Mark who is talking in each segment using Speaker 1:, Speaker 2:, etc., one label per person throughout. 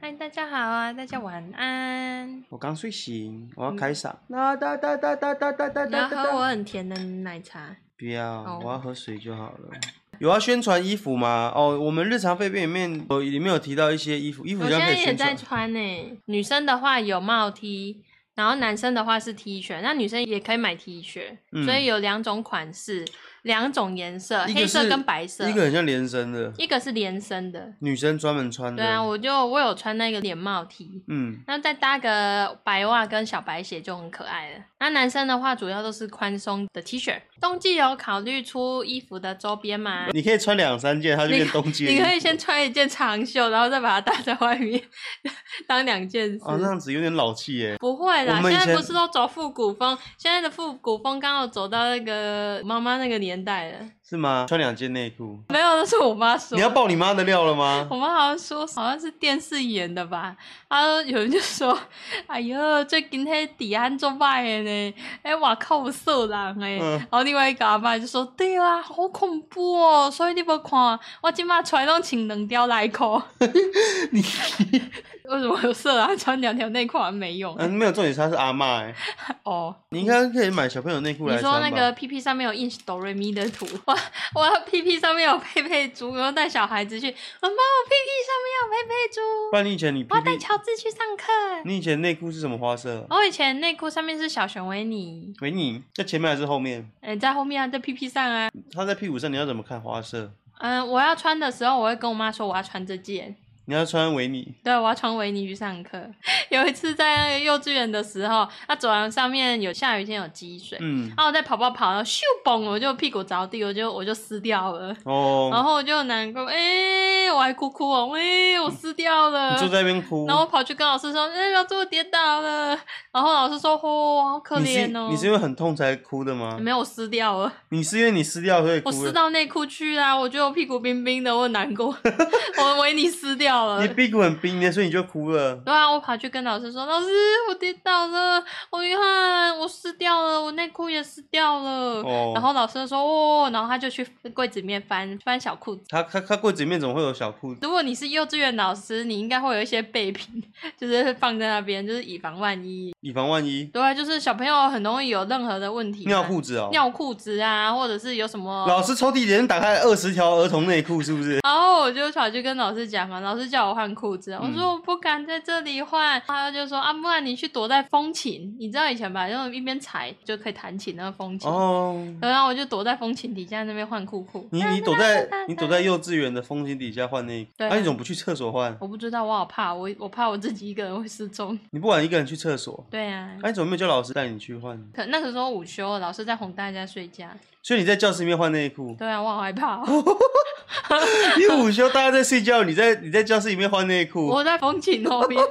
Speaker 1: 嗨，大家好啊，大家晚安。
Speaker 2: 我刚睡醒，我要
Speaker 1: 嗯
Speaker 2: 开嗓。哒哒哒哒哒哒哒哒
Speaker 1: 你要
Speaker 2: 哒
Speaker 1: 喝
Speaker 2: 哒。
Speaker 1: 我很甜的奶茶，
Speaker 2: 不要
Speaker 1: 哦，
Speaker 2: 我要喝水就好了。有要宣传衣服吗？哦，我们日常废片里面，哦，里面有提到一些衣服，衣服
Speaker 1: 我
Speaker 2: 好
Speaker 1: 现
Speaker 2: 像可
Speaker 1: 在
Speaker 2: 以
Speaker 1: 也
Speaker 2: 宣
Speaker 1: 在
Speaker 2: 传。
Speaker 1: 穿呢、女生的话有帽 T，然后男生的话是 T 恤，那女生也可以买 T 恤，
Speaker 2: 嗯
Speaker 1: 所以有两种款式，两种颜色，
Speaker 2: 一
Speaker 1: 黑
Speaker 2: 个是
Speaker 1: 色跟白色，
Speaker 2: 一个很像连身的，
Speaker 1: 一个是连身的。
Speaker 2: 女生专门穿的。
Speaker 1: 对啊，我就我有穿那个连帽 T，
Speaker 2: 嗯，
Speaker 1: 那再搭个白袜跟小白鞋就很可爱了。那男生的话，主要都是宽松的 T 恤。冬季有考虑出衣服的周边吗？
Speaker 2: 你可以穿两三件，它就变冬季的衣
Speaker 1: 你
Speaker 2: 服。
Speaker 1: 可以先穿一件长袖，然后再把它搭在外面， 当两件事。
Speaker 2: 啊，那样子有点老气耶。
Speaker 1: 不会啦，现
Speaker 2: 我们以
Speaker 1: 在不
Speaker 2: 前
Speaker 1: 是都走复古风？现在的复古风刚好走到那个妈妈那个年代了。
Speaker 2: 是吗？穿两件内裤，
Speaker 1: 没有，那是我妈说的。
Speaker 2: 你要爆你妈的料了吗
Speaker 1: 我？们好像说好像是电视演的吧，然后有人就说：“哎哟，最近迄治安做歹的呢，哎、外口有色人诶。
Speaker 2: 嗯
Speaker 1: 然后另外一个阿妈就说：“对啊，好恐怖哦，所以你无看，我即摆穿拢穿两条内裤。
Speaker 2: 你
Speaker 1: 为什么有色狼穿两条内裤好像没用？
Speaker 2: 嗯，没有重点，是她是阿嬷哎。
Speaker 1: 哦，
Speaker 2: 你应该可以买小朋友内裤
Speaker 1: 你
Speaker 2: 来
Speaker 1: 说
Speaker 2: 穿吧。
Speaker 1: 那个 P P 上面有印哆瑞咪的图，哇哇，P P 上面有佩佩猪，然后带小孩子去，妈妈，我 P P 上面有佩佩猪，
Speaker 2: 不然你以前你
Speaker 1: 我要带
Speaker 2: PP，
Speaker 1: 乔治去上课。”哦
Speaker 2: 你以前内裤是什么花色？
Speaker 1: 我以前内裤上面是小熊维尼，
Speaker 2: 维尼在前面还是后面？
Speaker 1: 嗯、在后面啊，在屁屁上啊。
Speaker 2: 它在屁股上，你要怎么看花色？
Speaker 1: 嗯、我要穿的时候，我会跟我妈说我要穿这件。
Speaker 2: 你要穿维尼，
Speaker 1: 对，我要穿维尼去上课。 有一次在那个幼稚园的时候，那、走廊上面有下雨天有积水，啊
Speaker 2: 嗯，
Speaker 1: 然后我在跑跑跑，然后咻嘣，我就屁股着地，我就我就湿掉了。然
Speaker 2: 哦，
Speaker 1: 后我就很难过，哎、我还哭哭哦，哎、我湿掉了。
Speaker 2: 你坐在那边哭，
Speaker 1: 然后我跑去跟老师说，哎、老师我跌倒了。然后老师说，哦，好可
Speaker 2: 你是
Speaker 1: 怜哦。
Speaker 2: 你是因为很痛才哭的吗？
Speaker 1: 没有我湿掉了。
Speaker 2: 你是因为你撕掉所以
Speaker 1: 我
Speaker 2: 哭
Speaker 1: 撕
Speaker 2: 的？
Speaker 1: 到内裤去啦、我觉得我屁股冰冰的，我很难 过，我维尼撕掉了
Speaker 2: 你。屁股很冰的，所以你就哭了。
Speaker 1: 对啊，我跑去跟老师说：“老师，我跌倒了，我遗憾，我撕掉了，我内裤也撕掉了。
Speaker 2: 哦
Speaker 1: 然后老师就说：“哦。”然后他就去柜子里面翻翻小裤子。
Speaker 2: 他他他柜子里面怎么会有小裤？
Speaker 1: 如果你是幼稚园老师，你应该会有一些备品， 就是放在那边，就是以防万一。
Speaker 2: 以防万一，
Speaker 1: 对啊，就是小朋友很容易有任何的问题、
Speaker 2: 尿、裤子哦。
Speaker 1: 尿裤子啊，或者是有什么
Speaker 2: 老师抽屉里面打开二十条儿童内裤，是 不是？
Speaker 1: 然后我就跑去跟老师讲嘛，老师叫我换裤子，
Speaker 2: 嗯
Speaker 1: 我说我不敢在这里换，他就说啊，不然你去躲在风琴，你知道以前吧，然后一边踩就可以弹琴那个风琴，
Speaker 2: 哦，
Speaker 1: 然后我就躲在风琴底下那边换裤裤。
Speaker 2: 你你躲在你躲在幼稚园的风景底下换内裤，
Speaker 1: 对啊
Speaker 2: 啊，你怎么不去厕所换？
Speaker 1: 我不知道，我好怕，我我怕我自己一个人会失踪。
Speaker 2: 你不敢一个人去厕所，
Speaker 1: 对啊，
Speaker 2: 啊，你怎么没有叫老师带你去换？
Speaker 1: 可那个时候午休，老师在哄大家睡觉。
Speaker 2: 所以你在教室里面换内裤，
Speaker 1: 对啊，我好害怕、哦，
Speaker 2: 你午休大家在睡觉，你在你在教室里面换内裤，
Speaker 1: 我在风琴后面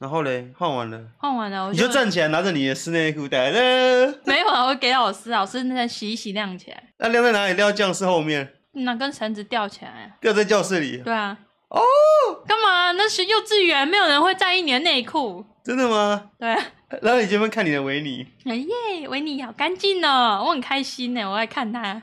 Speaker 2: 然后嘞换完了，
Speaker 1: 换完了，我
Speaker 2: 你就站起来拿着你的室内内裤，哒哒，
Speaker 1: 没有啊，我给老师，老师那个洗一洗晾起来，
Speaker 2: 那晾在哪里？晾在教室后面，
Speaker 1: 那根绳子吊起来啊。
Speaker 2: 晾在教室里。
Speaker 1: 对啊。
Speaker 2: 哦，
Speaker 1: 干嘛？那是幼稚园，没有人会在意你的内裤。
Speaker 2: 真的吗？
Speaker 1: 对啊，
Speaker 2: 然后你这边看你的维尼，
Speaker 1: 哎耶，维尼好干净哦，我很开心呢，我爱看他。 啊，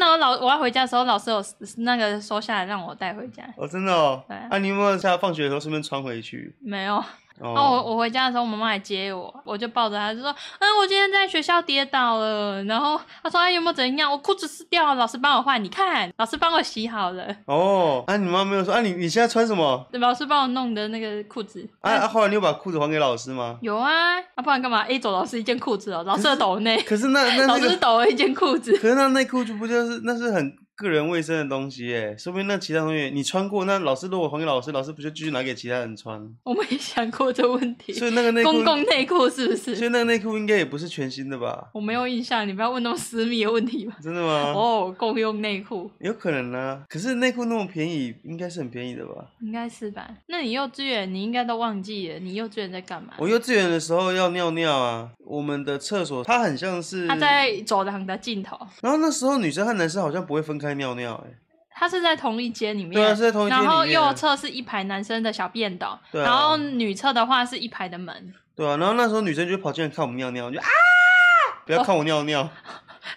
Speaker 1: 然后老我要回家的时候，老师有那个收下来让我带回家，
Speaker 2: 哦，真的哦。
Speaker 1: 对啊
Speaker 2: 啊，你有没有下放学的时候顺便穿回去？
Speaker 1: 没有。
Speaker 2: 哦，
Speaker 1: 然后我我回家的时候，我妈妈来接我，我就抱着她就说，嗯，我今天在学校跌倒了。然后她说，哎，有没有怎样？我裤子湿掉了，老师帮我换，你看，老师帮我洗好了，
Speaker 2: 哦，啊，你妈没有说啊，你你现在穿什么？
Speaker 1: 老师帮我弄的那个裤子。
Speaker 2: 啊啊，后来你有把裤子还给老师吗？
Speaker 1: 有啊，啊，不然干嘛？A 走老师一件裤子哦，老师的斗内，
Speaker 2: 可是那那
Speaker 1: 老
Speaker 2: 那
Speaker 1: 师
Speaker 2: 个，
Speaker 1: 抖了一件裤子。
Speaker 2: 可是那内裤就不就是那是很个人卫生的东西耶，说不定那其他同学你穿过，那老师如果还给老师，老师不就继续拿给其他人穿？
Speaker 1: 我没想过这问题。
Speaker 2: 所以那个内裤，
Speaker 1: 公共内裤是不
Speaker 2: 所以
Speaker 1: 是？
Speaker 2: 那个内裤应该也不是全新的吧？
Speaker 1: 我没有印象，你不要问那么私密的问题吧。
Speaker 2: 真的吗？
Speaker 1: 哦，共用内裤
Speaker 2: 有可能啊，可是内裤那么便宜，应该是很便宜的吧？
Speaker 1: 应该是吧？那你幼稚园你应该都忘记了，你幼稚园在干嘛？
Speaker 2: 我幼稚园的时候要尿尿啊，我们的厕所它很像是，
Speaker 1: 他在走廊的尽头，
Speaker 2: 然后那时候女生和男生好像不会分开尿尿、欸，
Speaker 1: 他是在同一间里面，
Speaker 2: 对啊，是在同一间里
Speaker 1: 然
Speaker 2: 面啊，
Speaker 1: 后右侧是一排男生的小便斗，
Speaker 2: 对啊
Speaker 1: 然后女厕的话是一排的门。
Speaker 2: 对啊，然后那时候女生就跑进来看我们尿尿，就啊，不要看我尿尿，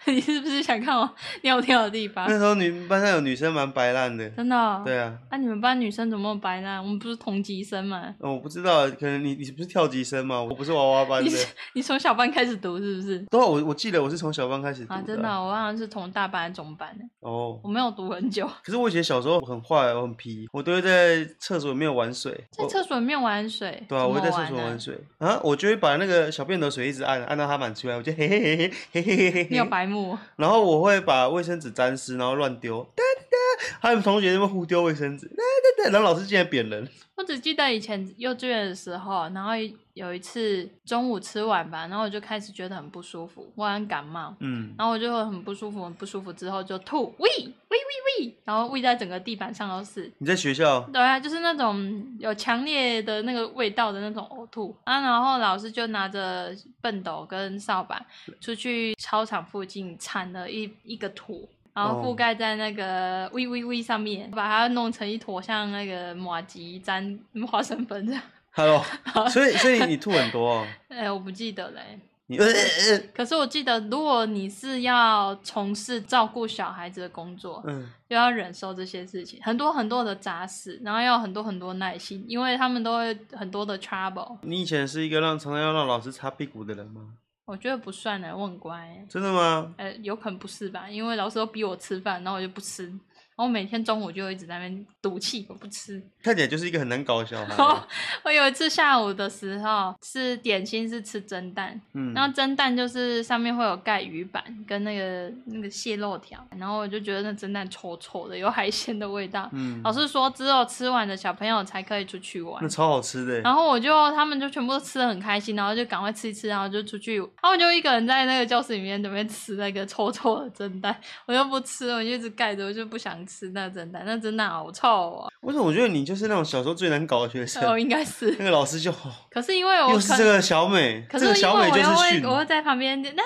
Speaker 1: 你是不是想看我 尿尿的地方
Speaker 2: 那？时候女班上有女生蛮白烂的，
Speaker 1: 真的、哦？
Speaker 2: 嗯对啊，
Speaker 1: 那、你们班女生怎么那么白呢？我们不是同级生吗？
Speaker 2: 哦我不知道，可能你你不是跳级生吗？我不是娃娃班
Speaker 1: 你
Speaker 2: 的，
Speaker 1: 是 你从小班开始读是不是？
Speaker 2: 对啊，我我记得我是从小班开始读
Speaker 1: 啊，真的
Speaker 2: 的
Speaker 1: 哦、我好像是从大班还是中班的，
Speaker 2: 哦。
Speaker 1: 我没有读很久，
Speaker 2: 可是我以前小时候很坏，我很皮，我都会在厕所里面玩水。
Speaker 1: 在
Speaker 2: 我
Speaker 1: 厕所里面玩水，
Speaker 2: 对啊，我会
Speaker 1: 怎
Speaker 2: 在
Speaker 1: 么
Speaker 2: 厕所
Speaker 1: 啊
Speaker 2: 玩水啊，我就会把那个小便斗水一直按，按到它满出来，我就 嘿嘿嘿嘿嘿嘿嘿嘿
Speaker 1: 你有
Speaker 2: 嘿。
Speaker 1: 白目，
Speaker 2: 然后我会把卫生纸沾湿，然后乱丢，哒哒，还有同学在那边互丢卫生纸，哒哒哒，然后老师竟然扁人。
Speaker 1: 我只记得以前幼稚园的时候，然后有一次中午吃完吧，然后我就开始觉得很不舒服，我好像感冒，
Speaker 2: 嗯，
Speaker 1: 然后我就很不舒服，很不舒服之后就吐，喂喂喂喂，然后喂在整个地板上都是。
Speaker 2: 你在学校
Speaker 1: 对啊，就是那种有强烈的那个味道的那种呕吐啊，然后老师就拿着笨斗跟扫把出去操场附近铲了一一个土，然后覆
Speaker 2: 哦
Speaker 1: 盖在那个 v v v 上面，把它弄成一坨像那个马吉沾花生粉这样。
Speaker 2: ，Hello，所以所以你吐很多、哦，
Speaker 1: 哎、我不记得嘞、
Speaker 2: 你 呃呃呃
Speaker 1: 可是我记得，如果你是要从事照顾小孩子的工作，
Speaker 2: 嗯，
Speaker 1: 又要忍受这些事情，很多很多的杂事，然后要有很多很多耐心，因为他们都会很多的 trouble。
Speaker 2: 你以前是一个让常常要让老师擦屁股的人吗？
Speaker 1: 我觉得不算呢，我很乖欸。
Speaker 2: 真的吗？
Speaker 1: 呃，有可能不是吧？因为老师都逼我吃饭，然后我就不吃，然后每天中午就一直在那边赌气，我不 吃。
Speaker 2: 看起来就是一个很难搞的小孩
Speaker 1: 我。有一次下午的时候，是点心是吃蒸蛋，
Speaker 2: 嗯，
Speaker 1: 然后蒸蛋就是上面会有盖鱼板跟那个那个蟹肉条，然后我就觉得那蒸蛋臭臭的，有海鲜的味道。
Speaker 2: 嗯，
Speaker 1: 老师说只有吃完的小朋友才可以出去玩
Speaker 2: 那。超好吃的欸。
Speaker 1: 然后我就他们就全部都吃的很开心，然后就赶快吃一吃，然后就出去，然后我就一个人在那个教室里面准备吃那个臭臭的蒸蛋，我就不吃，我就一直盖着，我就不想吃那蒸蛋，那蒸蛋好臭哦，
Speaker 2: 为什么我觉得你就是那种小时候最难搞的学生？
Speaker 1: 哦应该 是
Speaker 2: 那，个老师就，哦
Speaker 1: 可是因为我
Speaker 2: 又是
Speaker 1: 可
Speaker 2: 这个小美，
Speaker 1: 可
Speaker 2: 这
Speaker 1: 是因
Speaker 2: 个
Speaker 1: 为我
Speaker 2: 小美就
Speaker 1: 又
Speaker 2: 是
Speaker 1: 会，
Speaker 2: 训。
Speaker 1: 我会在旁边就那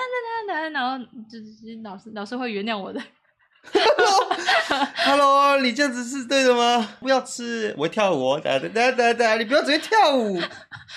Speaker 1: 那那那，然后就是老师老师会原谅我的，
Speaker 2: Hello，啊你这样子是对的吗？不要吃，我会跳舞哦。哒哒哒哒哒，你不要只会跳舞。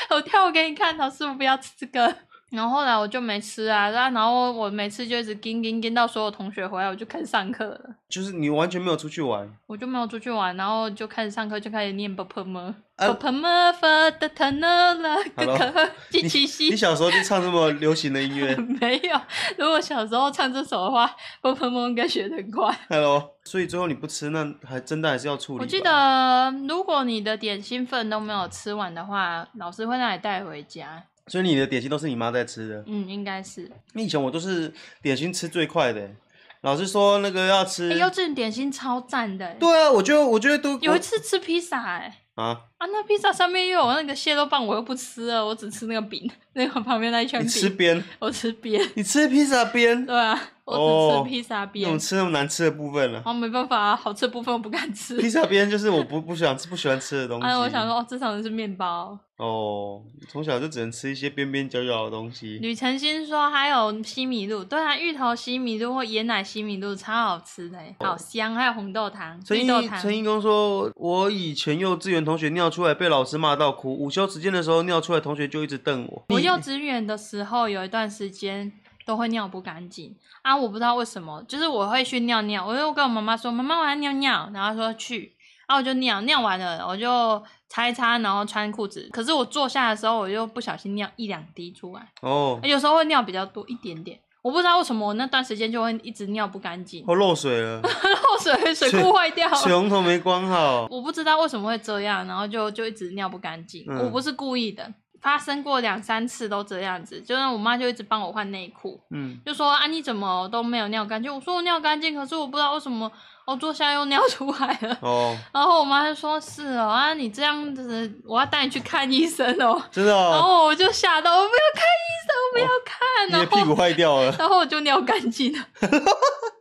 Speaker 1: 我跳给你看，老师我不要吃这个。然后后来我就没吃啊，然后然后我每次就一直盯盯盯到所有同学回来，我就开始上课了。
Speaker 2: 就是你完全没有出 去玩，
Speaker 1: 我就没有出去玩，然后就开始上课，就开始念 b p m b
Speaker 2: 呃
Speaker 1: p m f d t n l 哥
Speaker 2: Hello？
Speaker 1: 哥
Speaker 2: 你
Speaker 1: 记七
Speaker 2: 你
Speaker 1: 夕。
Speaker 2: 小时候就唱这么流行的音乐。
Speaker 1: 没有，如果小时候唱这首的话 b p m 应该学得很快。
Speaker 2: Hello，所以最后你不吃，那还真的还是要处理吧。
Speaker 1: 我记得，如果你的点心份都没有吃完的话，老师会让你带回家。
Speaker 2: 所以你的点心都是你妈在吃的。
Speaker 1: 嗯，应该是。
Speaker 2: 那以前我都是点心吃最快的欸，老师说那个要吃
Speaker 1: 哎、。幼稚园点心超赞的、欸。
Speaker 2: 呃对啊，我觉得我觉得都
Speaker 1: 有一次吃披萨、哎。
Speaker 2: 啊，
Speaker 1: 啊，那披萨上面又有那个蟹肉棒，我又不吃了，我只吃那个饼，那个旁边那一圈
Speaker 2: 你
Speaker 1: 饼，
Speaker 2: 吃边，
Speaker 1: 我吃边。
Speaker 2: 你吃披萨 边，
Speaker 1: 对啊，我
Speaker 2: 哦
Speaker 1: 只吃披萨
Speaker 2: 那
Speaker 1: 边，
Speaker 2: 种
Speaker 1: 然
Speaker 2: 吃那种难吃的部分了。
Speaker 1: 后没办法、啊，好吃的部分我不敢吃
Speaker 2: 披。萨边就是我不不想吃不喜欢吃的东西。
Speaker 1: 啊，我想说，哦，至少是面包。
Speaker 2: 哦，从小就只能吃一些边边角角的东西。
Speaker 1: 吕晨星说还有西米露，对啊，芋头西米露或椰奶西米露超好吃的欸，
Speaker 2: 哦
Speaker 1: 好香，还有红豆汤、
Speaker 2: 陈
Speaker 1: 绿
Speaker 2: 一
Speaker 1: 豆汤。
Speaker 2: 陈一公说，我以前幼稚园同学尿出来被老师骂到哭，午休时间的时候尿出来，同学就一直瞪我。
Speaker 1: 我
Speaker 2: 你
Speaker 1: 幼稚园的时候有一段时间都会尿不干净啊，我不知道为什么，就是我会去尿尿，我就跟我妈妈说：“妈妈，我要尿尿。”然后她说去，然后我就尿，尿完了我就擦一擦，然后穿裤子。可是我坐下的时候，我就不小心尿一两滴出来，
Speaker 2: 哦，
Speaker 1: 有时候会尿比较多一点点。我不知道为什么我那段时间就会一直尿不干净，
Speaker 2: 我漏水了，
Speaker 1: 漏水水库坏掉
Speaker 2: 哦水
Speaker 1: 了。
Speaker 2: 龙头没关好。
Speaker 1: 我不知道为什么会这样，然后就就一直尿不干净。
Speaker 2: 嗯
Speaker 1: 我不是故意的，发生过两三次都这样子，就是我妈就一直帮我换内裤，
Speaker 2: 嗯，
Speaker 1: 就说啊你怎么都没有尿干净？我说我尿干净，可是我不知道为什么我坐下又尿出来了。
Speaker 2: 哦，
Speaker 1: 然后我妈就说：“是哦，啊，你这样子，我要带你去看医生哦。
Speaker 2: 真的
Speaker 1: 然
Speaker 2: 哦，
Speaker 1: 后我就吓到，我不要看医生，我不要看。
Speaker 2: 你的
Speaker 1: 然
Speaker 2: 屁
Speaker 1: 后，
Speaker 2: 股坏掉了。
Speaker 1: 然后我就尿干净了。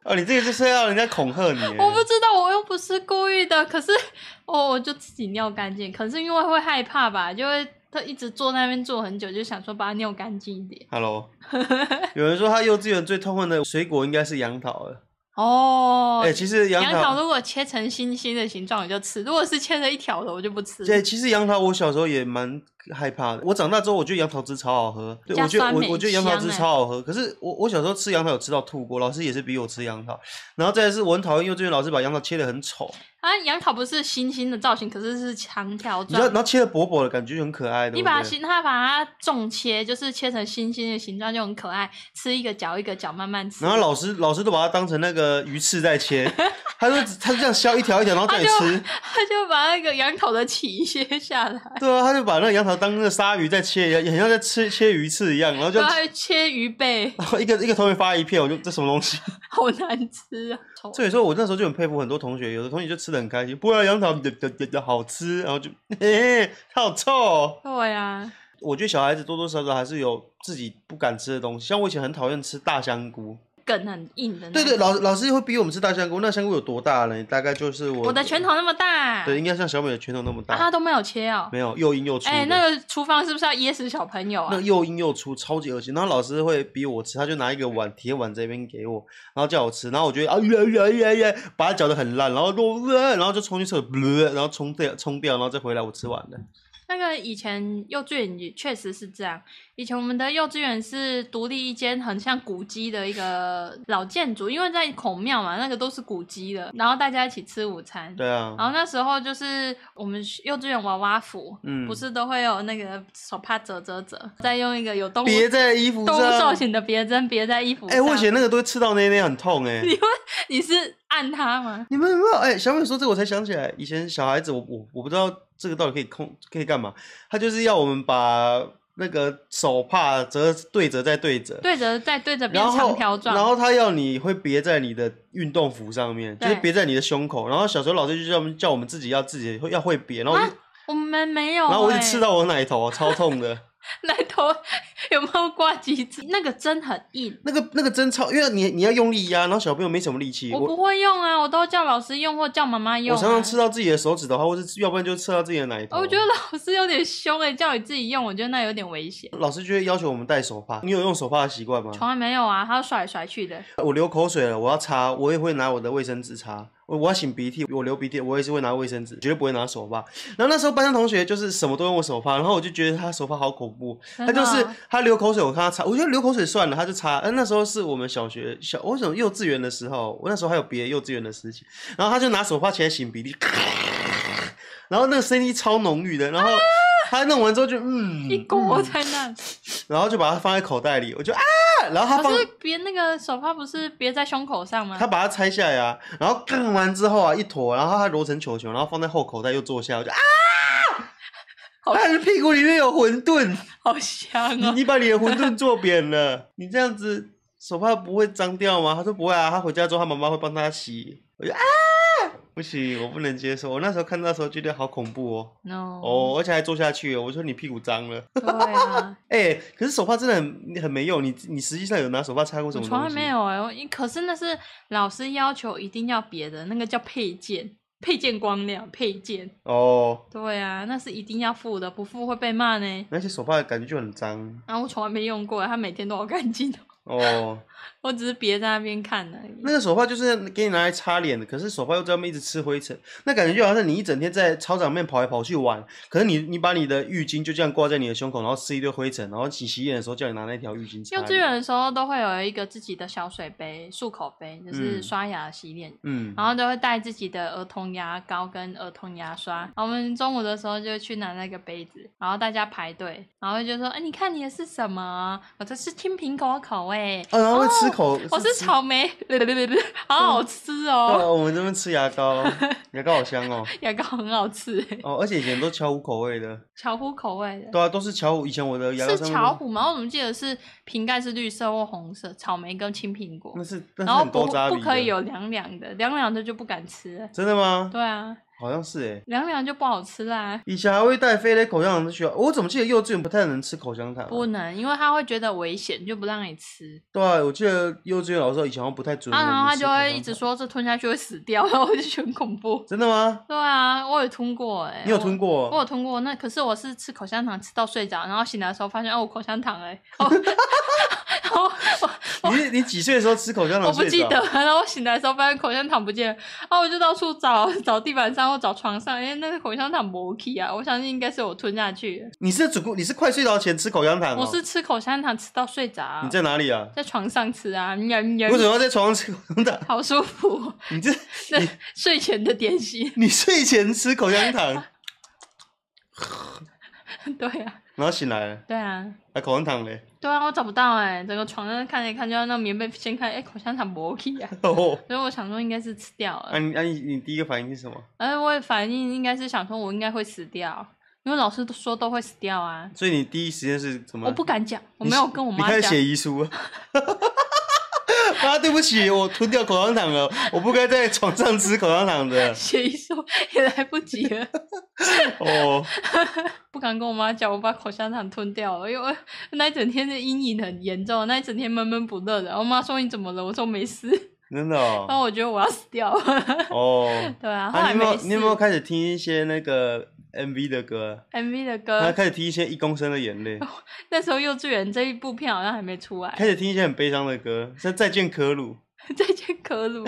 Speaker 2: 哦，你这个就是要人家恐吓你耶。
Speaker 1: 我不知道，我又不是故意的，可是哦我我就自己尿干净，可是因为会害怕吧，就会他一直坐那边坐很久，就想说把它尿干净一点。
Speaker 2: Hello，有人说他幼稚园最痛恨的水果应该是杨桃了。
Speaker 1: 哦，
Speaker 2: 哎、其实杨
Speaker 1: 杨桃
Speaker 2: 桃，
Speaker 1: 如果切
Speaker 2: 哎
Speaker 1: 成星星的形状，我就吃；如果是切成一条的，我就不吃。
Speaker 2: 对，其实杨桃我小时候也蛮害怕的。我长大之后，我觉得杨桃汁超好喝，对
Speaker 1: 加
Speaker 2: 我觉得
Speaker 1: 酸梅
Speaker 2: 我我觉得杨桃汁
Speaker 1: 香欸
Speaker 2: 超好喝。可是我我小时候吃杨桃有吃到吐过，老师也是逼我吃杨桃。然后再来是我很讨厌幼稚园老师把杨桃切的很丑，
Speaker 1: 啊，杨桃不是星星的造型，可是是长条
Speaker 2: 你知道，
Speaker 1: 状
Speaker 2: 然。后切的薄薄的感觉就很可爱的。
Speaker 1: 你把它
Speaker 2: 对不对
Speaker 1: 形，它把它纵切，就是切成星星的形状，就很可爱。吃一个嚼一个嚼，慢慢吃。
Speaker 2: 然后老师老师都把它当成那个鱼翅 在切，他就他就这样削一条一条，然后叫你吃。
Speaker 1: 他 就把那个杨桃的鳍切下来，
Speaker 2: 对啊，他就把那个杨桃当那个鲨鱼在切，也很像在吃切鱼翅一样，然后就
Speaker 1: 然后还切鱼背，
Speaker 2: 然后一个一个同学发一片，我就这什么东西？
Speaker 1: 好难吃啊！丑
Speaker 2: 所以说我那时候就很佩服很多同学，有的同学就吃的很开心，不然杨桃的的的的好吃，然后就嘿嘿，它好臭、哦。
Speaker 1: 对啊呀、
Speaker 2: 我觉得小孩子多多少少还是有自己不敢吃的东西，像我以前很讨厌吃大香菇，
Speaker 1: 梗很硬的。
Speaker 2: 对对，，老老师会逼我们吃大香菇，那香菇有多大呢？大概就是我
Speaker 1: 我的拳头那么大，
Speaker 2: 对，应该像小美的拳头那么大，
Speaker 1: 啊，他都没有切哦。
Speaker 2: 没有又硬又粗的。
Speaker 1: 哎、那个厨房是不是要噎死小朋友
Speaker 2: 那
Speaker 1: 啊？
Speaker 2: 又硬又粗，超级恶心。然后老师会逼我吃，他就拿一个碗铁碗这边给我，然后叫我吃，然后我觉得啊呀呀呀呀，把它搅得很烂，然后就然后就冲进厕所，然后冲掉冲掉，然后再回来我吃完了。
Speaker 1: 那个以前幼稚园也确实是这样，以前我们的幼稚园是独立一间很像古迹的一个老建筑，因为在孔庙嘛，那个都是古迹的，然后大家一起吃午餐。
Speaker 2: 对啊，
Speaker 1: 然后那时候就是我们幼稚园娃娃服，
Speaker 2: 嗯
Speaker 1: 不是都会有那个手帕折折折，再用一个有动物
Speaker 2: 别在衣服
Speaker 1: 动物造
Speaker 2: 上。
Speaker 1: 型的别针别在衣服上。
Speaker 2: 哎、我以前那个都会吃到那那很痛哎、
Speaker 1: 你是按它吗？
Speaker 2: 你们有没有？哎、小美说这个我才想起来，以前小孩子我我我不知道这个到底可以控可以干嘛，他就是要我们把那个手帕折对折再对折，
Speaker 1: 对着再对着变
Speaker 2: 然后
Speaker 1: 长条状，
Speaker 2: 然后他要你会别在你的运动服上面，就是
Speaker 1: 对
Speaker 2: 别在你的胸口。然后小时候老师就叫我们叫我们自己要自己会要会别，然后我就、
Speaker 1: 我们没啊有、欸。
Speaker 2: 然后我一直吃到我奶头，超痛 的。
Speaker 1: 奶头有没有挂几次？那个针很硬，
Speaker 2: 那个那个针超，因为你你要用力压，然后小朋友没什么力气。
Speaker 1: 我
Speaker 2: 我
Speaker 1: 不会用啊，我都叫老师用或叫妈妈
Speaker 2: 我
Speaker 1: 用、啊。
Speaker 2: 常常吃到自己的手指头，或是要不然就吃到自己的奶头。
Speaker 1: 哦，我觉得老师有点凶哎、叫你自己用，我觉得那有点危险。
Speaker 2: 老师就会要求我们戴手帕，你有用手帕的习惯吗？
Speaker 1: 从来没有啊，他甩来甩去的。
Speaker 2: 我流口水了，我要擦，我也会拿我的卫生纸擦。我我要擤鼻涕，我流鼻涕，我也是会拿卫生纸，绝对不会拿手帕。然后那时候班上同学就是什么都用我手帕，然后我就觉得他手帕好恐怖，
Speaker 1: 真
Speaker 2: 他
Speaker 1: 的
Speaker 2: 就是
Speaker 1: 啊
Speaker 2: 他流口水，我看他擦，我觉得流口水算了，他就擦。呃但那时候是我们小学小，我想幼稚园的时候，我那时候还有别的幼稚园的事情，然后他就拿手帕起来擤鼻涕， 然后那个声音超浓郁的，然后他弄完之后就嗯，
Speaker 1: 一锅在那，
Speaker 2: 然后就把它放在口袋里，我就啊，然后他放
Speaker 1: 可是别那个手帕不是别在胸口上吗
Speaker 2: 他？把它拆下来啊，然后干完之后啊，一坨，然后他揉成球球，然后放在后口袋又坐下，我就啊，
Speaker 1: 好
Speaker 2: 他的屁股里面有馄 饨，
Speaker 1: 好香
Speaker 2: 你
Speaker 1: 哦、
Speaker 2: 你把你的馄饨做扁了，你这样子手帕不会脏掉吗？他说不会啊，他回家之后他妈妈会帮他洗，我就啊，不行，我不能接受，我那时候看到的时候觉得好恐怖哦，
Speaker 1: No，
Speaker 2: 哦，而且还坐下去了，我说你屁股脏了，
Speaker 1: 对啊，
Speaker 2: 哎、可是手帕真的很很没用，你你实际上有拿手帕擦过什
Speaker 1: 我
Speaker 2: 么
Speaker 1: 从
Speaker 2: 东
Speaker 1: 来
Speaker 2: 西？
Speaker 1: 没有哎、我一可是那是老师要求一定要别的，那个叫配件，配件光亮配件。
Speaker 2: 哦，
Speaker 1: 对啊，那是一定要付的，不付会被骂呢。
Speaker 2: 那些手帕感觉就很脏
Speaker 1: 然后我从来没用过，它每天都好干净哦，
Speaker 2: 哦。
Speaker 1: 我只是别在那边看而已。
Speaker 2: 那个手帕就是给你拿来擦脸的，可是手帕又在外面一直吃灰尘，那感觉就好像你一整天在操场里面跑来跑去玩，可是你你把你的浴巾就这样挂在你的胸口，然后吃一堆灰尘，然后洗洗脸的时候叫你拿那条浴巾擦
Speaker 1: 幼
Speaker 2: 脸。
Speaker 1: 稚园的时候都会有一个自己的小水杯、漱口杯，就是
Speaker 2: 嗯
Speaker 1: 刷牙、洗脸
Speaker 2: 嗯，
Speaker 1: 然后都会带自己的儿童牙膏跟儿童牙刷。然后我们中午的时候就去拿那个杯子，然后大家排队，然后就说：“哎，你看你的是什么？我这是青苹果口味，
Speaker 2: 啊，然后会吃口，
Speaker 1: 哦我是草莓， 好好吃
Speaker 2: 对
Speaker 1: 哦，
Speaker 2: 啊，我们这边吃牙 膏，牙膏好香哦。
Speaker 1: 牙膏很好吃哎，
Speaker 2: 哦，而且以前都巧虎口味的，
Speaker 1: 巧虎口味的。”
Speaker 2: 对啊，都是巧虎。以前我的牙膏
Speaker 1: 是
Speaker 2: 上面
Speaker 1: 巧虎吗？我怎么记得是瓶盖是绿色或红色，草莓跟青苹果
Speaker 2: 那，是，嗯那
Speaker 1: 然
Speaker 2: 是
Speaker 1: 后
Speaker 2: 很
Speaker 1: 不
Speaker 2: 多渣
Speaker 1: 不
Speaker 2: 鼻
Speaker 1: 可以
Speaker 2: 的。
Speaker 1: 有凉凉的，凉凉的就不敢吃了。
Speaker 2: 真的吗？
Speaker 1: 对啊，
Speaker 2: 好像是哎、
Speaker 1: 凉凉就不好吃啦。
Speaker 2: 以前还会带飞雷口香糖去学校，我怎么记得幼稚园不太能吃口香糖、啊？
Speaker 1: 不能，因为他会觉得危险，就不让你吃
Speaker 2: 对啊，我记得幼稚园老师以前好像不太准我
Speaker 1: 啊。
Speaker 2: 们
Speaker 1: 然后他
Speaker 2: 吃
Speaker 1: 就
Speaker 2: 口
Speaker 1: 会
Speaker 2: 香
Speaker 1: 一直
Speaker 2: 糖
Speaker 1: 说这吞下去会死掉，然后我就觉得很恐怖。
Speaker 2: 真的吗？
Speaker 1: 对啊，我有吞过哎、
Speaker 2: 你有吞过？
Speaker 1: 我？我有吞过，那可是我是吃口香糖吃到睡着，然后醒来的时候发现哦，我口香糖哎、哦，然后 我
Speaker 2: 你是你几岁的时候吃口香糖
Speaker 1: 我不
Speaker 2: 睡着？
Speaker 1: 啊记得，然后我醒来的时候发现口香糖不见了，然后我就到处找，找地板上，上或找床上，因为那个口香糖没气啊，我相信应该是我吞下去的。
Speaker 2: 你是主顾，你是快睡着前吃口香糖、哦？
Speaker 1: 我是吃口香糖吃到睡着、啊，
Speaker 2: 你在哪里啊？
Speaker 1: 在床上吃啊，喵
Speaker 2: 为
Speaker 1: 喵
Speaker 2: 什么要在床上吃口香糖？
Speaker 1: 好舒服，哦
Speaker 2: 你这
Speaker 1: 那 睡前的点心，
Speaker 2: 你睡前吃口香糖，
Speaker 1: 对啊，
Speaker 2: 然后醒来了，
Speaker 1: 对啊，
Speaker 2: 啊口香糖嘞，
Speaker 1: 对啊，我找不到哎、整个床上看了一看，就在那棉被掀开，哎、口香糖没气啊，
Speaker 2: 哦，
Speaker 1: 所以我想说应该是吃掉了
Speaker 2: 啊。你啊你你第一个反应是什么？
Speaker 1: 哎，我也反应应该是想说，我应该会死掉，因为老师都说都会死掉啊。
Speaker 2: 所以你第一时间是怎么？
Speaker 1: 我不敢讲，我
Speaker 2: 你
Speaker 1: 没有跟我妈
Speaker 2: 你开始
Speaker 1: 讲。
Speaker 2: 写遗书 啊。啊，对不起，我吞掉口香糖了，我不该在床上吃口香糖的。
Speaker 1: 写遗书也来不及了，
Speaker 2: 哦，
Speaker 1: 不敢跟我妈讲，我把口香糖吞掉了，因为我那一整天的阴影很严重，那一整天闷闷不乐的。我妈说你怎么了？我说没事，
Speaker 2: 真的
Speaker 1: 然后
Speaker 2: 哦。
Speaker 1: 我觉得我要死掉了。
Speaker 2: 哦，
Speaker 1: 对啊，后
Speaker 2: 啊，
Speaker 1: 来
Speaker 2: 你有没
Speaker 1: 没
Speaker 2: 有
Speaker 1: 事。
Speaker 2: 你有没有开始听一些那个 MV 的歌？
Speaker 1: MV 的
Speaker 2: 然
Speaker 1: 歌？
Speaker 2: 后开始听一些一公升的眼
Speaker 1: 哦
Speaker 2: 泪，
Speaker 1: 那时候幼稚园这一部片好像还没出来，
Speaker 2: 开始听一些很悲伤的歌，像《再见科鲁
Speaker 1: 再见可鲁。》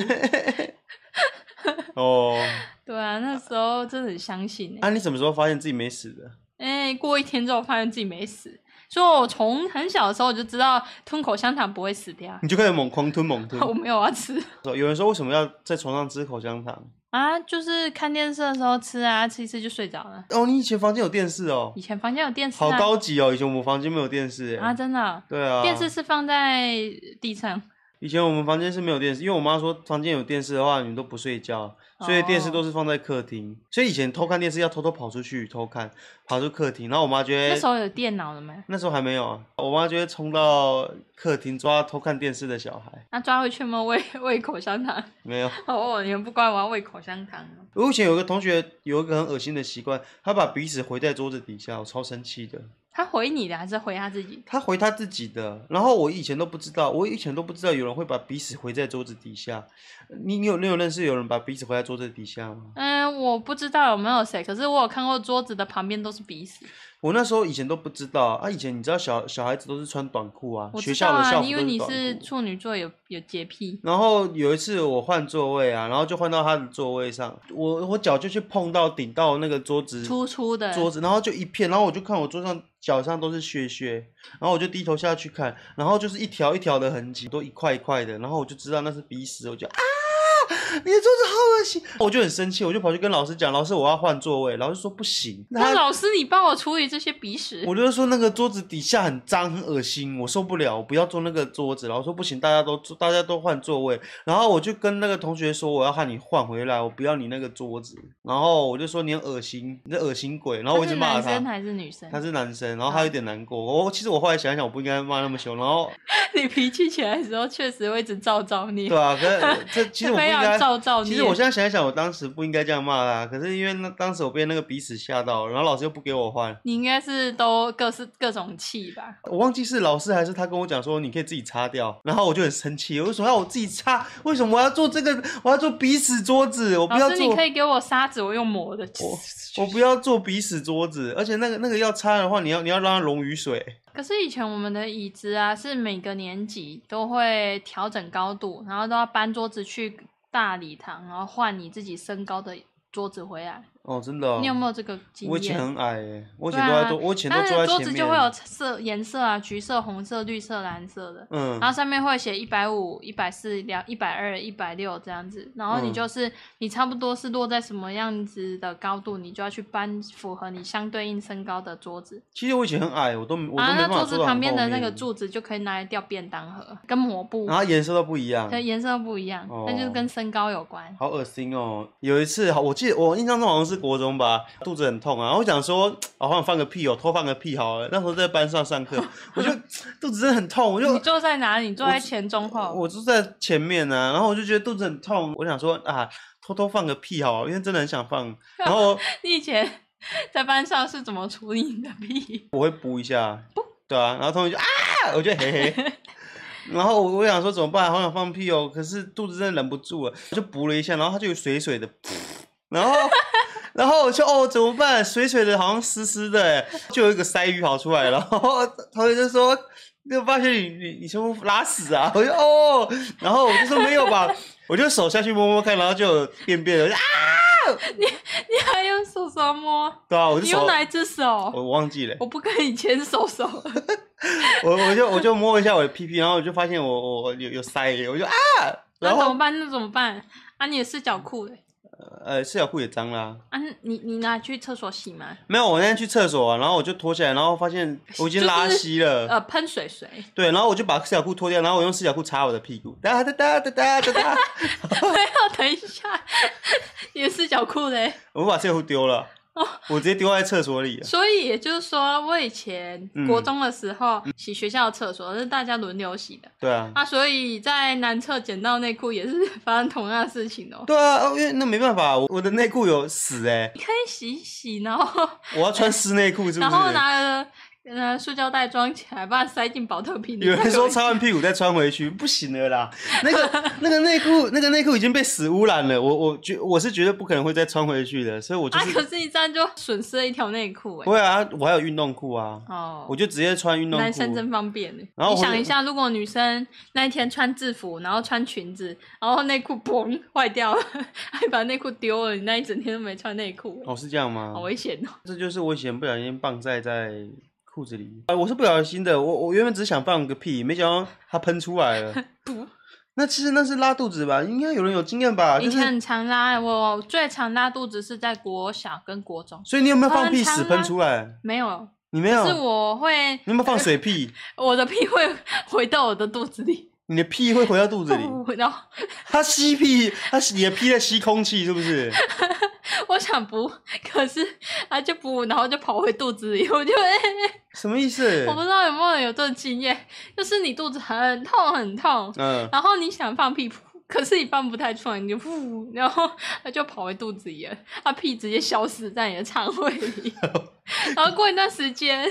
Speaker 2: 哦。
Speaker 1: 对啊，那时候真的很相信、欸。
Speaker 2: 啊，你什么时候发现自己没死的？
Speaker 1: 哎、过一天之后发现自己没死，所以我从很小的时候我就知道吞口香糖不会死掉。
Speaker 2: 你就开始猛狂吞猛吞。
Speaker 1: 我没有要吃
Speaker 2: 有人说为什么要在床上吃口香糖？
Speaker 1: 啊，就是看电视的时候吃啊，吃一吃就睡着了。
Speaker 2: 哦，你以前房间有电视哦
Speaker 1: 以，前房间有电视
Speaker 2: 好
Speaker 1: 啊，
Speaker 2: 高级哦。以前我们房间没有电视耶
Speaker 1: 啊，真的啊、
Speaker 2: 对啊，
Speaker 1: 电视是放在地上，
Speaker 2: 以前我们房间是没有电视，因为我妈说房间有电视的话，你们都不睡觉，所以
Speaker 1: 哦
Speaker 2: 电视都是放在客厅。所以以前偷看电视要偷偷跑出去偷看，跑出客厅，然后我妈就会
Speaker 1: 那时候有电脑了没？
Speaker 2: 那时候还没有啊，我妈就会冲到客厅抓偷看电视的小孩。
Speaker 1: 那、抓回去吗？喂 喂口香糖，
Speaker 2: 没有，
Speaker 1: 哦，你们不乖，我要喂口香糖哦。
Speaker 2: 我以前有个同学有一个很恶心的习惯，他把鼻屎回在桌子底下，我超生气的。
Speaker 1: 他回你的还是回他自己？
Speaker 2: 他回他自己的，然后我以前都不知道，我以前都不知道有人会把鼻屎回在桌子底下。你你有你有认识有人把鼻屎回在桌子底下吗？
Speaker 1: 嗯，我不知道有没有谁，可是我有看过桌子的旁边都是鼻屎。
Speaker 2: 我那时候以前都不知道啊，以前你知道小小孩子都是穿短裤啊，
Speaker 1: 我
Speaker 2: 学
Speaker 1: 知
Speaker 2: 校
Speaker 1: 道
Speaker 2: 的校
Speaker 1: 啊，
Speaker 2: 服
Speaker 1: 因
Speaker 2: 都
Speaker 1: 为你
Speaker 2: 短
Speaker 1: 是
Speaker 2: 裤。
Speaker 1: 处女座有，有洁癖。
Speaker 2: 然后有一次我换座位啊，然后就换到他的座位上，我我脚就去碰到顶到那个桌子
Speaker 1: 粗粗的
Speaker 2: 桌子，然后就一片，然后我就看我桌上脚上都是血血，然后我就低头下去看，然后就是一条一条的痕迹，都一块一块的，然后我就知道那是鼻屎，我就啊，你的桌子好恶心，我就很生气，我就跑去跟老师讲，老师我要换座位，老师说不行，
Speaker 1: 那
Speaker 2: 他
Speaker 1: 老师，你帮我处理这些鼻 屎。
Speaker 2: 我就说那个桌子底下很脏很恶心，我受不了，我不要坐那个桌子，然后说不行，大家都坐大家都换座位，然后我就跟那个同学说我要喊你换回来，我不要你那个桌子，然后我就说你很恶心，你这恶心鬼，然后我一直骂
Speaker 1: 是
Speaker 2: 他
Speaker 1: 男生还是女生？
Speaker 2: 他是男生，然后他有点难过。我其实我后来想一想，我不应该骂那么凶。然后
Speaker 1: 你脾气起来的时候，确实会一直照照你。
Speaker 2: 对啊，可是这其实我不 应
Speaker 1: 非要
Speaker 2: 该。
Speaker 1: 照照你。
Speaker 2: 其实我现在想一想，我当时不应该这样骂他。可是因为那当时我被那个鼻屎吓到，然后老师又不给我换，
Speaker 1: 你应该是都各式各种气吧？
Speaker 2: 我忘记是老师还是他跟我讲说你可以自己擦掉，然后我就很生气，为什么要我自己擦？为什么我要做这个？我要做鼻屎桌子，我不要
Speaker 1: 老师，
Speaker 2: 做
Speaker 1: 你。可以给我沙子，我用抹的。
Speaker 2: 我不要做鼻屎桌子，而且那个那个要擦的话，你要你要让它溶于水。
Speaker 1: 可是以前我们的椅子啊，是每个年级都会调整高度，然后都要搬桌子去大礼堂，然后换你自己身高的桌子回来。
Speaker 2: 哦，真的、哦。
Speaker 1: 你有没有这个经验？
Speaker 2: 我以前很矮耶，我以
Speaker 1: 对
Speaker 2: 前都在
Speaker 1: 啊
Speaker 2: 坐，我以前都
Speaker 1: 它
Speaker 2: 坐在
Speaker 1: 的桌
Speaker 2: 前面。
Speaker 1: 子就会有色颜色啊，橘色、红色、绿色、蓝色的，
Speaker 2: 嗯，
Speaker 1: 然后上面会写一百五、一百四、两一百二、一百六这样子。然后你
Speaker 2: 嗯
Speaker 1: 就是、你差不多是落在什么样子的高度，你就要去搬符合你相对应身高的桌子。
Speaker 2: 其实我以前很矮，我都我都没
Speaker 1: 啊，那
Speaker 2: 办法
Speaker 1: 桌
Speaker 2: 坐
Speaker 1: 子
Speaker 2: 到很
Speaker 1: 旁边
Speaker 2: 后
Speaker 1: 的那
Speaker 2: 面
Speaker 1: 个，柱子就可以拿来吊便当盒跟抹布，
Speaker 2: 然后颜色都不一样，
Speaker 1: 对，颜色不一样，
Speaker 2: 啊哦
Speaker 1: 那就是跟身高有关。
Speaker 2: 好恶心哦！有一次，好，我记得我印象中好像是国中吧，肚子很痛啊，然后我想说，好想放个屁哦，偷放个屁好了。那时候在班上上课，我就肚子真的很痛，我就
Speaker 1: 你坐在哪里？你坐
Speaker 2: 我
Speaker 1: 在
Speaker 2: 只
Speaker 1: 前中后。
Speaker 2: 我就在前面啊，然后我就觉得肚子很痛，我想说啊，偷偷放个屁好了，因为真的很想放，然后
Speaker 1: 你以前在班上是怎么处理你的屁？
Speaker 2: 我会补一下，对啊，然后同学就啊，我就嘿嘿， 然后我我想说怎么办，好想放屁哦，可是肚子真的忍不住了，我就补了一下，然后它就有水水的， 然后然后我就哦怎么办，水水的好像湿湿的耶，就有一个鳃鱼跑出来，然后同学就说。就发现你你你全部拉屎啊！我就哦，然后我就说没有吧，我就手下去摸摸看，然后就有便便了，我就啊，
Speaker 1: 你还用手手摸？
Speaker 2: 对啊，我就
Speaker 1: 你
Speaker 2: 手
Speaker 1: 用，哪一只手？
Speaker 2: 我忘记了，
Speaker 1: 我不跟你牵手 手。
Speaker 2: 我我就我就摸一下我的屁屁，然后我就发现我我我有有塞耶，我就啊，
Speaker 1: 那怎
Speaker 2: 然
Speaker 1: 么
Speaker 2: 后
Speaker 1: 办？那怎么办？啊，你的四角裤嘞？
Speaker 2: 呃四角裤也脏啦、
Speaker 1: 啊，你你拿去厕所洗吗？
Speaker 2: 没有，我那天去厕所、啊，然后我就脱下来，然后发现我已经拉稀了。
Speaker 1: 呃，喷水水。
Speaker 2: 对，然后我就把四角裤脱掉，然后我用四角裤擦我的屁股，哒哒哒哒哒哒 哒，
Speaker 1: 没有，等一下， 你的四欸角裤嘞？
Speaker 2: 我把四角裤丢了，
Speaker 1: 哦
Speaker 2: 我直接丢在厕所里了。
Speaker 1: 所以也就是说，我以前
Speaker 2: 嗯
Speaker 1: 国中的时候、洗学校的厕所是大家轮流洗的
Speaker 2: 对啊，
Speaker 1: 啊，所以在男厕捡到内裤也是发生同样的事情哦、
Speaker 2: 对啊，因为那没办法，我我的内裤有屎哎、
Speaker 1: 你可以洗一洗，然后
Speaker 2: 我要穿湿内裤是不
Speaker 1: 哎然后
Speaker 2: 是？
Speaker 1: 拿了呃塑胶袋装起来，把它塞进保特瓶里。
Speaker 2: 有人说
Speaker 1: 再
Speaker 2: 擦完屁股再穿回去不行了啦，那个那个内裤那个内裤已经被屎污染了，我我觉我是绝对不可能会再穿回去的，所以我就
Speaker 1: 给我洗啊，
Speaker 2: 是、
Speaker 1: 可是你这样就损失了一条内裤
Speaker 2: 不
Speaker 1: 哎。
Speaker 2: 会啊，我还有运动裤啊，
Speaker 1: 哦，
Speaker 2: 我就直接穿运动裤。
Speaker 1: 男生真方便欸
Speaker 2: 然后
Speaker 1: 你
Speaker 2: 或者
Speaker 1: 想一下，如果女生那一天穿制服，然后穿裙子，然后内裤嘣坏掉了， 还把内裤丢了，你那一整天都没穿内裤欸，
Speaker 2: 哦，是这样吗？
Speaker 1: 好危险哦！
Speaker 2: 这就是我以前不小心棒晒在裤子里。啊，我是不小心的，我我原本只想放个屁，没想到它喷出来 了。
Speaker 1: 噗
Speaker 2: 那其实那是拉肚子吧？应该有人有经验吧？
Speaker 1: 以
Speaker 2: 啊就
Speaker 1: 前
Speaker 2: 是，
Speaker 1: 很常拉，我最常拉肚子是在国小跟国中，
Speaker 2: 所以你有没有放
Speaker 1: 很
Speaker 2: 屁
Speaker 1: 长
Speaker 2: 屎
Speaker 1: 啊
Speaker 2: 喷出来？
Speaker 1: 没有，
Speaker 2: 你没
Speaker 1: 是
Speaker 2: 有？
Speaker 1: 我会
Speaker 2: 你有没有放水屁？
Speaker 1: 我的屁会回到我的肚子里，
Speaker 2: 你的屁会回到肚子 里？
Speaker 1: 然后
Speaker 2: 它吸屁，它吸你的屁在吸空气，是不是？
Speaker 1: 我想补，可是它就不，然后就跑回肚子里，我就哎。
Speaker 2: 什么意思
Speaker 1: 我？不知道有没有人有这种经验，就是你肚子很痛很痛，
Speaker 2: 嗯，
Speaker 1: 然后你想放屁， 可是你放不太出来，你就噗，然后它就跑回肚子里了，它屁直接消失在你的肠胃里。然后过一段时间，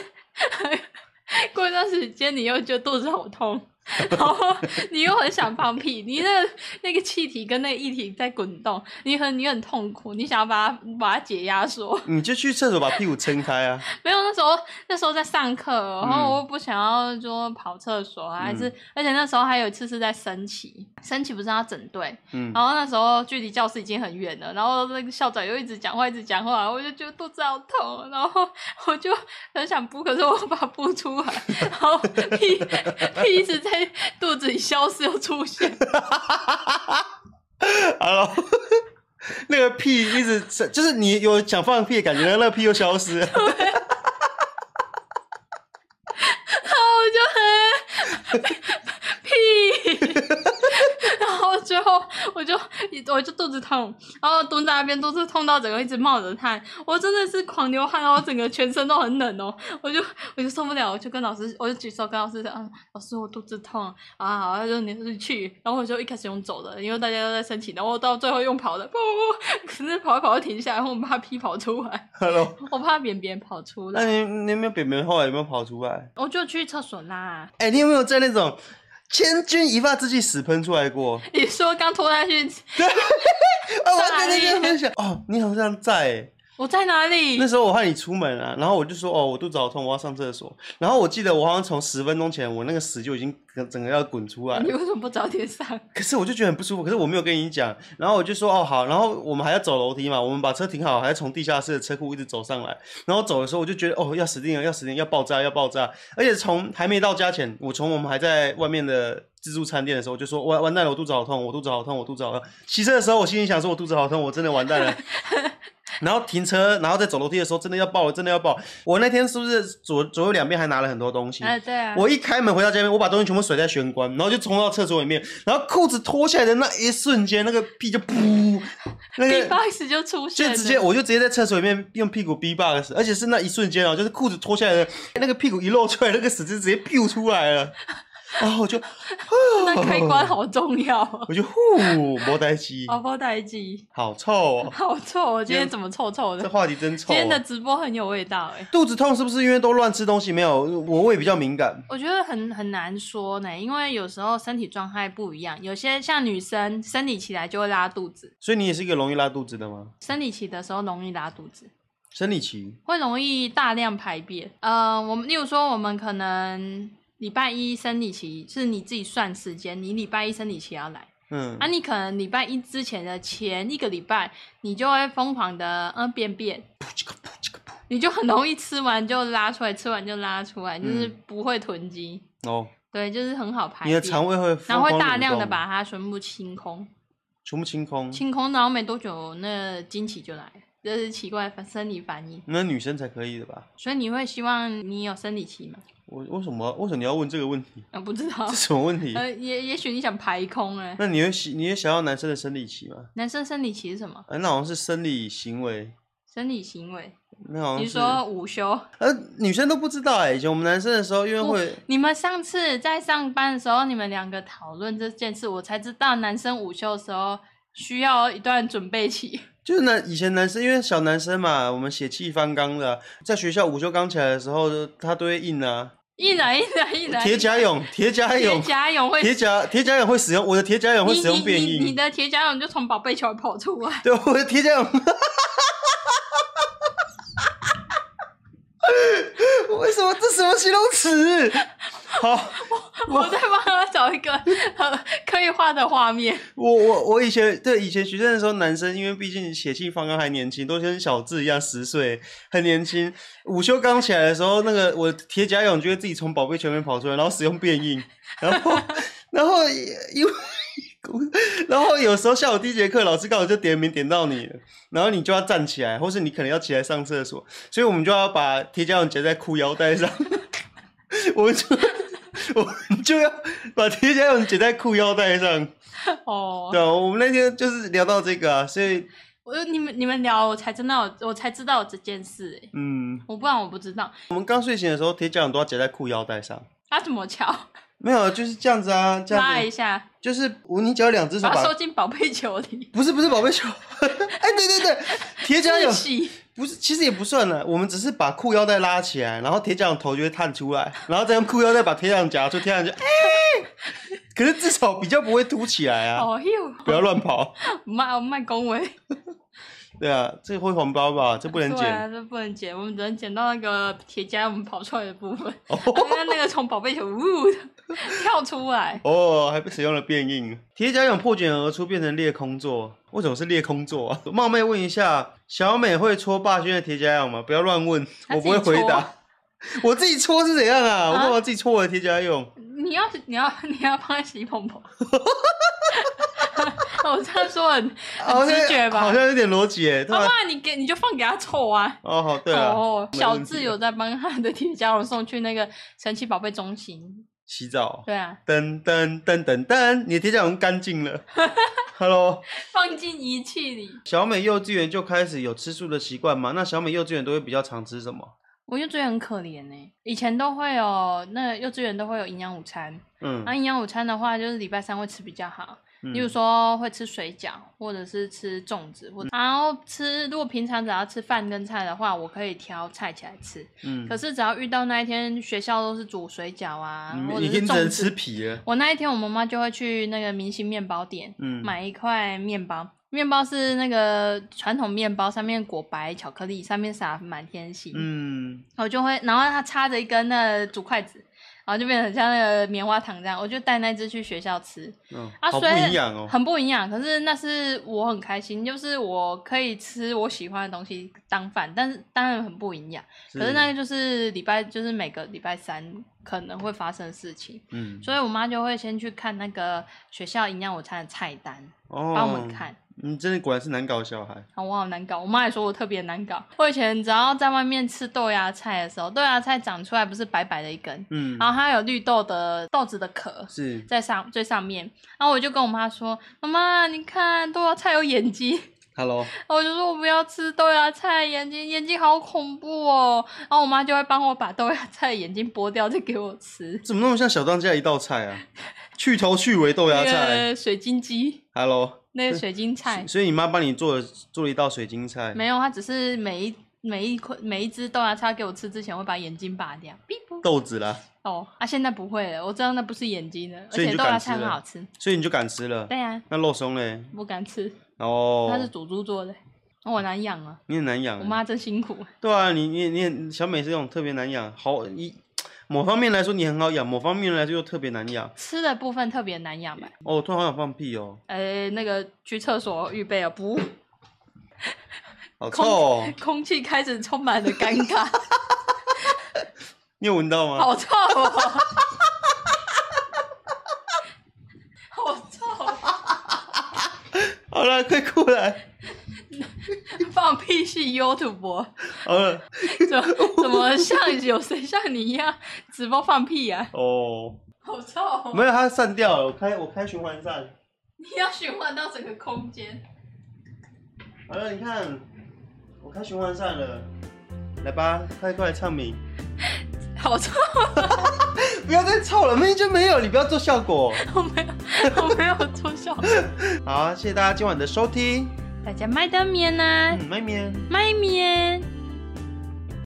Speaker 1: 过一段时间你又觉得肚子好痛，然后你又很想放屁，你那个那个气体跟那个液体在滚动，你很你很痛苦，你想要把它把它解压缩。
Speaker 2: 你就去厕所把屁股撑开啊！
Speaker 1: 没有，那时候那时候在上课，哦然后我又不想要说跑厕所啊，还是而且那时候还有一次是在升旗，升旗不是要整队，
Speaker 2: 嗯，
Speaker 1: 然后那时候距离教室已经很远了，然后那个校长又一直讲话，一直讲话，我就觉得肚子好痛，然后 我就很想补，可是我把它补出来，然后屁屁一直在肚子里消失又出现，
Speaker 2: 然后 那个屁一直就是你有想放屁的感觉，然后那个屁又消失了。
Speaker 1: 然后我就很屁，然后最后我就我就肚子痛，然后蹲在那边，肚子痛到整个一直冒着汗，我真的是狂流汗，然后整个全身都很冷哦，我就我就受不了，我就跟老师，我就举手跟老师说，嗯，老师我肚子痛啊，好，他说你是去，然后我就一开始用走的，因为大家都在申请，然后我到最后用跑的，不不不，可是跑一跑就停下来，然后我怕屁跑出来，
Speaker 2: Hello，
Speaker 1: 我怕扁扁跑出
Speaker 2: 那
Speaker 1: 来，
Speaker 2: 你你有没有扁扁后来有没有跑出来？
Speaker 1: 我就去厕所啦。
Speaker 2: 哎、你有没有在那种千钧一发之际屎喷出来 过？
Speaker 1: 你说刚拖下去，
Speaker 2: 啊，我要跟那个分享哦，你好像在欸、
Speaker 1: 我在哪里？
Speaker 2: 那时候我和你出门啊，然后我就说哦，我肚子好痛，我要上厕所。然后我记得我好像从十分钟前，我那个屎就已经整整个要滚出来了
Speaker 1: 你为什么不早点 上？
Speaker 2: 可是我就觉得很不舒服，可是我没有跟你讲，然后我就说哦好，然后我们还要走楼梯嘛，我们把车停好，还要从地下室的车库一直走上来，然后走的时候我就觉得哦要死定了，要死定了，要爆炸，要爆炸，而且从还没到家前，我从我们还在外面的自助餐店的时候，我就说完完蛋了，我肚子好痛，我肚子好痛，我肚子好痛。骑车的时候，我心里想说我肚子好痛，我真的完蛋了。 然后停车，然后再走楼梯的时候，真的要爆了，真的要爆了。我那天是不是左左右两边还拿了很多东西？
Speaker 1: 哎、对啊，
Speaker 2: 我一开门回到家里面，我把东西全部甩在玄关，然后就冲到厕所里面，然后裤子脱下来的那一瞬间，那个屁就噗，那
Speaker 1: B
Speaker 2: 个
Speaker 1: box 就出现
Speaker 2: 就
Speaker 1: 了，
Speaker 2: 直接我就直接在厕所里面用屁股 B box，而且是那一瞬间哦，就是裤子脱下来的那个屁股一露出来，那个屎就直接 biu 出来了，然后我就
Speaker 1: 那开关好重要哦。
Speaker 2: 我就呼，莫呆鸡，
Speaker 1: 宝宝待机，
Speaker 2: 好臭哦，
Speaker 1: 好臭哦！今
Speaker 2: 今
Speaker 1: 天
Speaker 2: 天
Speaker 1: 怎么臭臭的
Speaker 2: 这？话题真臭
Speaker 1: 今天的
Speaker 2: 哦。
Speaker 1: 直播很有味道哎、
Speaker 2: 肚子痛是不是因为都乱吃东西？没有，我胃比较敏感。
Speaker 1: 我觉得很很难说呢，因为有时候身体状态不一样，有些像女生生理期来就会拉肚子，
Speaker 2: 所以你也是一个容易拉肚子的吗？
Speaker 1: 生理期的时候容易拉肚子，
Speaker 2: 生理期，
Speaker 1: 会容易大量排便。呃，我们例如说，我们可能礼拜一生理期是你自己算时间，你礼拜一生理期要来，
Speaker 2: 嗯，
Speaker 1: 啊，你可能礼拜一之前的前一个礼拜，你就会疯狂的嗯便便，你就很容易吃完就拉出来，吃完就拉出来，就是
Speaker 2: 嗯
Speaker 1: 不会囤积，
Speaker 2: 哦，
Speaker 1: 对，就是很好排
Speaker 2: 你的肠
Speaker 1: 便。
Speaker 2: 胃会
Speaker 1: 然
Speaker 2: 疯
Speaker 1: 后会
Speaker 2: 狂
Speaker 1: 大
Speaker 2: 蠕
Speaker 1: 量的
Speaker 2: 动
Speaker 1: 把它全部清空，
Speaker 2: 全部清空，
Speaker 1: 清空，然后没多久那经期就来了，这是奇怪的生理反应。
Speaker 2: 那女生才可以的吧？
Speaker 1: 所以你会希望你有生理期吗？
Speaker 2: 我为什么为什么你要问这个问题？
Speaker 1: 啊，不知道
Speaker 2: 这，什么问题？
Speaker 1: 呃，也也许你想排空哎、
Speaker 2: 那你会喜你也想要男生的生理期吗？
Speaker 1: 男生生理期是什么？
Speaker 2: 哎，那好像是生理行为，
Speaker 1: 生理行为。
Speaker 2: 那好像
Speaker 1: 你
Speaker 2: 是
Speaker 1: 说午休，
Speaker 2: 呃，女生都不知道哎、以前我们男生的时候，因为会
Speaker 1: 你们上次在上班的时候，你们两个讨论这件事，我才知道男生午休的时候需要一段准备期。
Speaker 2: 就是男以前男生，因为小男生嘛，我们血气方刚的啊，在学校午休刚起来的时候，他都会硬啊，
Speaker 1: 一人一人一人，
Speaker 2: 铁甲勇，铁甲
Speaker 1: 铁
Speaker 2: 勇，
Speaker 1: 甲勇会
Speaker 2: 铁甲铁甲勇会使用我的铁甲勇会
Speaker 1: 你
Speaker 2: 使用变
Speaker 1: 你你你
Speaker 2: 硬，
Speaker 1: 的铁甲勇就从宝贝球跑出来，
Speaker 2: 对，我的铁甲勇，为什么这什么形容词？好，
Speaker 1: 我再帮他找一个呃可以画的画面。
Speaker 2: 我我我以前对以前学生的时候，男生因为毕竟血气方刚还年轻，都跟小智一样十岁，很年轻。午休刚起来的时候，那个我铁甲勇就会自己从宝贝前面跑出来，然后使用变硬，然后然后因为。然后有时候下午第一节课，老师刚好就点名点到你了，然后你就要站起来，或是你可能要起来上厕所，所以我们就要把铁甲勇夹在裤腰带上， 我们就 我们就要把铁甲勇夹在裤腰带上，
Speaker 1: 哦，
Speaker 2: 对啊，我们那天就是聊到这个啊，所以
Speaker 1: 我你们你们聊，我才知道我才知道这件事、欸，
Speaker 2: 嗯，
Speaker 1: 我不然我不知道。
Speaker 2: 我们刚睡醒的时候，铁脚掌都要夹在裤腰带上。
Speaker 1: 他、怎么敲？
Speaker 2: 没有，就是这样子啊，这
Speaker 1: 拉
Speaker 2: 样
Speaker 1: 一
Speaker 2: 子，
Speaker 1: 下，
Speaker 2: 就是我你只要两只手
Speaker 1: 把它
Speaker 2: 把，
Speaker 1: 收进宝贝球里。
Speaker 2: 不是不是宝贝球，哎、对对对，铁脚
Speaker 1: 自
Speaker 2: 掌
Speaker 1: 喜
Speaker 2: 不是，其实也不算了，我们只是把裤腰带拉起来，然后铁脚掌头就会探出来，然后再用裤腰带把铁脚掌夹住，铁脚掌就哎、可是至少比较不会凸起来啊，
Speaker 1: 哦哟，
Speaker 2: 不要乱跑，
Speaker 1: 卖卖恭维，
Speaker 2: 对啊，这个会红包吧， 这不能
Speaker 1: 对
Speaker 2: 剪，
Speaker 1: 啊，这不能剪，我们只能剪到那个铁夹我们跑出来的部分，
Speaker 2: 哦
Speaker 1: 那那个从宝贝球呜的跳出来，
Speaker 2: 哦，还被使用了变硬。铁甲勇破茧而出，变成裂空座。为什么是裂空座啊？ 冒昧问一下，小美会戳霸轩的铁甲勇吗？不要乱问，
Speaker 1: 她
Speaker 2: 我
Speaker 1: 自己
Speaker 2: 不会回答。我自己戳是怎样啊？
Speaker 1: 啊
Speaker 2: 我干嘛自己戳我的铁甲勇？
Speaker 1: 你要你要 你要帮他洗蓬 蓬，我哦这样说 很
Speaker 2: 好
Speaker 1: 很
Speaker 2: 像
Speaker 1: 直觉吧？
Speaker 2: 好
Speaker 1: 要
Speaker 2: 像有点逻辑诶。突
Speaker 1: 不
Speaker 2: 然，
Speaker 1: 然你给你就放给他凑啊。
Speaker 2: 哦，好，啊对啊，
Speaker 1: 哦，
Speaker 2: 没
Speaker 1: 小
Speaker 2: 问题
Speaker 1: 智有在帮他的铁甲龙送去那个神奇宝贝中心，
Speaker 2: 洗澡，
Speaker 1: 对啊，
Speaker 2: 噔噔噔噔噔，你的铁甲勇干净了。Hello，
Speaker 1: 放进仪器里。
Speaker 2: 小美幼稚园就开始有吃素的习惯吗？那小美幼稚园都会比较常吃什么？
Speaker 1: 我幼稚园很可怜呢、以前都会有那个幼稚园都会有营养午餐，
Speaker 2: 嗯，
Speaker 1: 那营养午餐的话就是礼拜三会吃比较好，
Speaker 2: 嗯
Speaker 1: 啊例如说会吃水饺，或者是吃粽子，
Speaker 2: 嗯
Speaker 1: 或然后吃如果平常只要吃饭跟菜的话，我可以挑菜起来吃，
Speaker 2: 嗯
Speaker 1: 可，是只要遇到那一天学校都是煮水饺啊，或者是
Speaker 2: 你你嗯已经只能
Speaker 1: 粽
Speaker 2: 吃
Speaker 1: 子，
Speaker 2: 皮了。
Speaker 1: 我那一天我妈妈就会去那个明星面包店，
Speaker 2: 嗯，
Speaker 1: 买一块面包，面包是那个传统面包，上面裹白巧克力，上面撒满天星。
Speaker 2: 嗯，
Speaker 1: 我就会，然后它插着一根那个竹筷子，然后就变成像那个棉花糖这样，我就带那只去学校吃，
Speaker 2: 嗯
Speaker 1: 啊
Speaker 2: 好不
Speaker 1: 虽然
Speaker 2: 营养哦。
Speaker 1: 很不营养，可是那是我很开心，就是我可以吃我喜欢的东西当饭，但是当然很不营养， 可是那个就是礼拜，就是每个礼拜三可能会发生的事情，
Speaker 2: 嗯，
Speaker 1: 所以我妈就会先去看那个学校营养午餐的菜单，
Speaker 2: 哦，
Speaker 1: 帮我们看。
Speaker 2: 你真的果然是难搞的小孩。
Speaker 1: 啊，我好难搞。我妈也说我特别难搞。我以前只要在外面吃豆芽菜的时候，豆芽菜长出来不是白白的一根，
Speaker 2: 嗯，
Speaker 1: 然后它有绿豆的豆子的壳
Speaker 2: 是
Speaker 1: 在上最上面，然后我就跟我妈说：“妈妈，你看豆芽菜有眼睛。”
Speaker 2: Hello，
Speaker 1: 然后我就说我不要吃豆芽菜，眼睛眼睛好恐怖哦。然后我妈就会帮我把豆芽菜的眼睛剥掉，再给我吃。
Speaker 2: 怎么那么像小当家一道菜啊？去头去尾豆芽
Speaker 1: 那
Speaker 2: 菜。
Speaker 1: 个水晶鸡，
Speaker 2: Hello，
Speaker 1: 那个水晶菜
Speaker 2: 所以你妈帮你做了做了一道水晶菜。
Speaker 1: 没有，它只是每一每一块每一只豆芽菜给我吃之前会把眼睛拔掉。哔啵
Speaker 2: 豆子啦，
Speaker 1: 哦，啊，现在不会了，我知道那不是眼睛了，而
Speaker 2: 所以你
Speaker 1: 且
Speaker 2: 就
Speaker 1: 豆
Speaker 2: 敢
Speaker 1: 芽
Speaker 2: 吃
Speaker 1: 菜很
Speaker 2: 了
Speaker 1: 好吃。
Speaker 2: 所以你就敢吃了。
Speaker 1: 对啊，
Speaker 2: 那肉松嘞？
Speaker 1: 不敢吃，它是
Speaker 2: 哦，
Speaker 1: 煮猪做的，我难养啊，
Speaker 2: 你很难养
Speaker 1: 我
Speaker 2: 欸。
Speaker 1: 妈真辛苦。
Speaker 2: 对啊，你你你小美是那种特别难养，好一某方面来说你很好养，某方面来说又特别难养。
Speaker 1: 吃的部分特别难养吧？
Speaker 2: 哦，我突然好想放屁哦，
Speaker 1: 呃，那个去厕所预备啊，不，
Speaker 2: 好臭
Speaker 1: 空
Speaker 2: 哦！
Speaker 1: 空气开始充满了尴尬，
Speaker 2: 你有闻到吗？
Speaker 1: 好臭哦， 好臭哦，
Speaker 2: 好了，快过来！
Speaker 1: 放屁是 YouTube，哦
Speaker 2: 好了，
Speaker 1: 怎么怎么像有谁像你一样直播放屁啊？
Speaker 2: 哦，
Speaker 1: 好臭、哦，
Speaker 2: 没有，它散掉了。我开我开循环扇。
Speaker 1: 你要循环到整个空间。
Speaker 2: 好了，你看，我开循环扇了。来吧，快过来唱名！
Speaker 1: 好臭！
Speaker 2: 不要再臭了，明明就没有，你不要做效果。
Speaker 1: 我没有，我没有做效果。
Speaker 2: 好，谢谢大家今晚的收听。
Speaker 1: 大家麦当面呢、啊
Speaker 2: 嗯，麦面。
Speaker 1: 麦面。